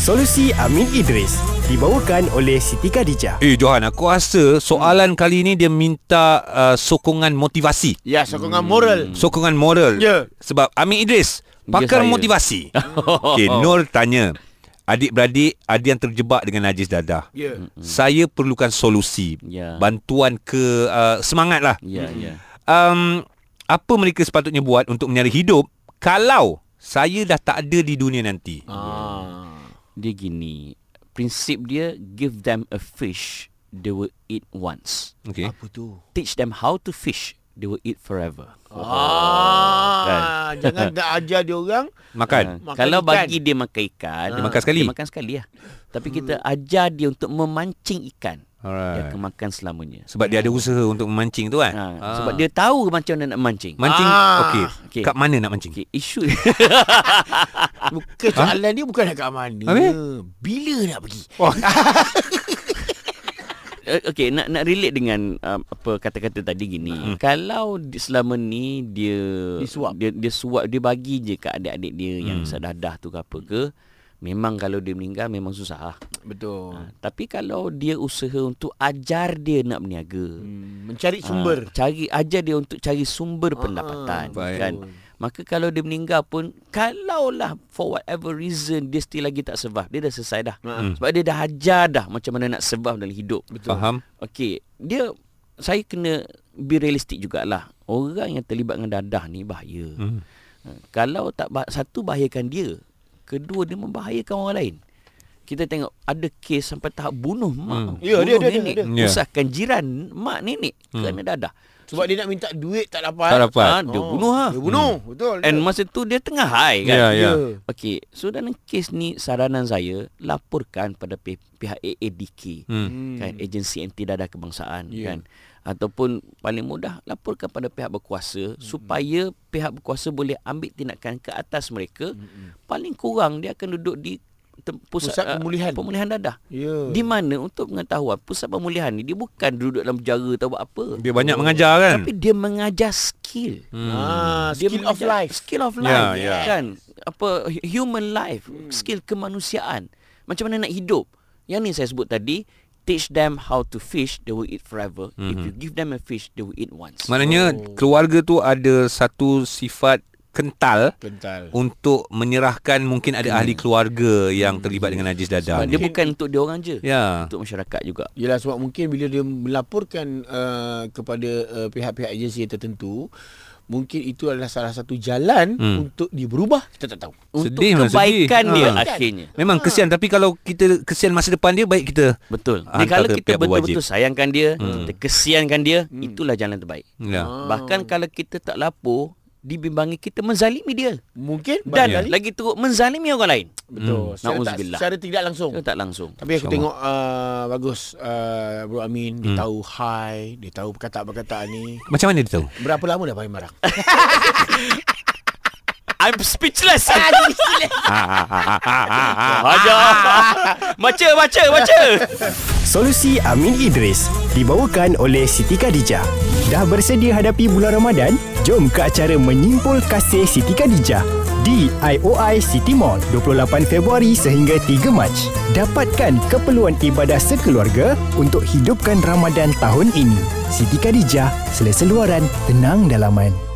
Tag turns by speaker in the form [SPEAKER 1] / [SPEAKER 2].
[SPEAKER 1] Solusi Amin Idris dibawakan oleh Siti Khadijah.
[SPEAKER 2] Eh Johan, aku rasa soalan kali ni dia minta uh, sokongan motivasi.
[SPEAKER 3] Hmm.
[SPEAKER 4] Ya, sokongan moral.
[SPEAKER 2] Sokongan moral.
[SPEAKER 4] Ya.
[SPEAKER 2] Sebab Amin Idris pakar
[SPEAKER 3] saya.
[SPEAKER 2] motivasi. Okey, Nur tanya. Adik-beradik ada yang terjebak dengan najis dadah.
[SPEAKER 4] Ya.
[SPEAKER 2] Saya perlukan solusi.
[SPEAKER 3] Ya.
[SPEAKER 2] Bantuan ke uh, semangat lah.
[SPEAKER 3] Ya, ya.
[SPEAKER 2] Um, apa mereka sepatutnya buat untuk menyara hidup kalau saya dah tak ada di dunia nanti?
[SPEAKER 4] Ah.
[SPEAKER 3] Dia gini. Prinsip dia give them a fish they will eat once.
[SPEAKER 2] Okey.
[SPEAKER 4] Apa tu?
[SPEAKER 3] Teach them how to fish they will eat forever.
[SPEAKER 4] Ah, jangan nak ajar dia orang.
[SPEAKER 2] Makan.
[SPEAKER 4] Makan
[SPEAKER 3] Ah, Kalau
[SPEAKER 4] ikan.
[SPEAKER 3] bagi dia makan ikan,
[SPEAKER 2] Dia makan sekali.
[SPEAKER 3] Dia makan sekali lah. Tapi kita ajar dia untuk memancing ikan. Dia
[SPEAKER 2] Alright.
[SPEAKER 3] akan makan selamanya.
[SPEAKER 2] Sebab dia ada usaha untuk memancing tu kan?
[SPEAKER 3] Ha, Sebab dia tahu macam mana nak mancing.
[SPEAKER 2] Mancing
[SPEAKER 4] Ah.
[SPEAKER 2] okey. Okay.
[SPEAKER 3] Okey.
[SPEAKER 2] Kat mana nak mancing?
[SPEAKER 3] Okay, isu
[SPEAKER 4] Bukan soalan dia bukan nak kat mana.
[SPEAKER 2] Habis?
[SPEAKER 4] Bila nak pergi?
[SPEAKER 3] Eh, Okey, nak nak relate dengan um, apa kata-kata tadi gini. Hmm. Kalau di, selama ni dia
[SPEAKER 4] Dia suap.
[SPEAKER 3] dia, dia suap dia bagi je kat adik-adik dia hmm. yang sedadah tu ke apa ke, memang kalau dia meninggal memang susah. lah.
[SPEAKER 4] Betul.
[SPEAKER 3] Ha, tapi kalau dia usaha untuk ajar dia nak berniaga.
[SPEAKER 4] Hmm, mencari
[SPEAKER 3] ha,
[SPEAKER 4] sumber.
[SPEAKER 3] cari Ah, ajar dia untuk cari sumber pendapatan
[SPEAKER 2] baik.
[SPEAKER 3] kan. Maka kalau dia meninggal pun Kalaulah for whatever reason Dia still lagi tak survive Dia dah selesai dah
[SPEAKER 4] Ha.
[SPEAKER 3] Sebab dia dah ajar dah Macam mana nak survive dalam hidup Ha,
[SPEAKER 2] Faham?
[SPEAKER 3] Okey, dia saya kena be realistik jugalah. Orang yang terlibat dengan dadah ni bahaya. Hmm. Kalau tak bah- satu bahayakan dia, kedua dia membahayakan orang lain. Kita tengok ada kes sampai tahap bunuh mak,
[SPEAKER 4] Ya,
[SPEAKER 3] bunuh
[SPEAKER 4] dia ada,
[SPEAKER 3] nenek,
[SPEAKER 4] ada,
[SPEAKER 2] ada.
[SPEAKER 3] usahkan jiran mak nenek hmm. kerana dadah.
[SPEAKER 4] Sebab dia nak minta duit tak dapat.
[SPEAKER 2] Tak dapat.
[SPEAKER 3] Ah, dia bunuh ah.
[SPEAKER 4] Dia bunuh. Betul.
[SPEAKER 3] And masa tu dia tengah high kan.
[SPEAKER 2] Ya,
[SPEAKER 4] Ya.
[SPEAKER 2] ya.
[SPEAKER 3] Okey, so dalam kes ni saranan saya laporkan pada pi- pihak AADK.
[SPEAKER 2] Hmm.
[SPEAKER 4] Hmm.
[SPEAKER 3] kan agensi anti dadah
[SPEAKER 4] Ya.
[SPEAKER 3] kebangsaan yeah. kan ataupun paling mudah laporkan pada pihak berkuasa
[SPEAKER 4] Hmm.
[SPEAKER 3] mm-hmm. supaya pihak berkuasa boleh ambil tindakan ke atas mereka
[SPEAKER 4] Hmm.
[SPEAKER 3] mm-hmm. paling kurang dia akan duduk di tem- pusat,
[SPEAKER 4] Pusat
[SPEAKER 3] ah,
[SPEAKER 4] pemulihan.
[SPEAKER 3] pemulihan dadah
[SPEAKER 4] Ya.
[SPEAKER 3] di mana untuk pengetahuan pusat pemulihan ni dia bukan duduk dalam penjara atau buat apa
[SPEAKER 2] Dia banyak mengajar kan?
[SPEAKER 3] tapi dia mengajar skill
[SPEAKER 4] Ah, skill of
[SPEAKER 3] mengajar-
[SPEAKER 4] life.
[SPEAKER 3] skill of
[SPEAKER 2] Ya,
[SPEAKER 3] life
[SPEAKER 2] ya. Hmm.
[SPEAKER 3] kan apa hu- human life skill kemanusiaan macam mana nak hidup yang ni saya sebut tadi teach them how to fish they will eat forever mm-hmm. if
[SPEAKER 2] Mhm.
[SPEAKER 3] you give them a fish they will eat once
[SPEAKER 2] Maknanya
[SPEAKER 3] Oh.
[SPEAKER 2] keluarga tu ada satu sifat kental
[SPEAKER 4] Kental.
[SPEAKER 2] untuk menyerahkan mungkin ada ahli keluarga yang terlibat dengan najis dadah.
[SPEAKER 3] Hmm. Sebab dia
[SPEAKER 2] Ya, ni.
[SPEAKER 3] bukan untuk dia orang je
[SPEAKER 2] Ya.
[SPEAKER 3] untuk masyarakat juga
[SPEAKER 4] Yelah sebab mungkin bila dia melaporkan uh, kepada uh, pihak-pihak agensi yang tertentu Mungkin itu adalah salah satu jalan hmm. untuk dia berubah Kita tak tahu
[SPEAKER 3] untuk
[SPEAKER 2] Sedih, Mat, sedih.
[SPEAKER 3] kebaikan dia
[SPEAKER 2] Ha.
[SPEAKER 3] akhirnya
[SPEAKER 2] Memang kesian tapi kalau kita kesian masa depan dia baik kita.
[SPEAKER 3] betul
[SPEAKER 2] Hantar
[SPEAKER 3] Jadi kalau
[SPEAKER 2] ke
[SPEAKER 3] kita
[SPEAKER 2] pihak berwajib. Hmm.
[SPEAKER 3] betul-betul sayangkan dia kita kesiankan dia itulah jalan terbaik
[SPEAKER 2] Ya.
[SPEAKER 3] bahkan kalau kita tak lapor dibimbangi kita menzalimi dia
[SPEAKER 4] Mungkin
[SPEAKER 3] dan
[SPEAKER 2] Ya.
[SPEAKER 4] barangkali-
[SPEAKER 3] lagi teruk menzalimi orang lain
[SPEAKER 4] Betul secara, tak,
[SPEAKER 3] Na'udzubillah.
[SPEAKER 4] secara tidak langsung
[SPEAKER 3] Dia tak langsung
[SPEAKER 4] Tapi aku tengok uh, bagus uh, Bro Amin Dia tahu hi Dia tahu perkataan-perkataan ni
[SPEAKER 2] Macam mana dia tahu?
[SPEAKER 4] Berapa lama dah pakai barang?
[SPEAKER 3] I'm speechless. Ah, Hajar. ah, Baca, baca, baca.
[SPEAKER 1] Solusi Amin Idris dibawakan oleh Siti Khadijah. Dah bersedia hadapi bulan Ramadan? Jom ke acara menyimpul kasih Siti Khadijah di IOI City Mall 28 Februari sehingga 3 Mac. Dapatkan keperluan ibadah sekeluarga untuk hidupkan Ramadan tahun ini. Siti Khadijah, selesa luaran, tenang dalaman.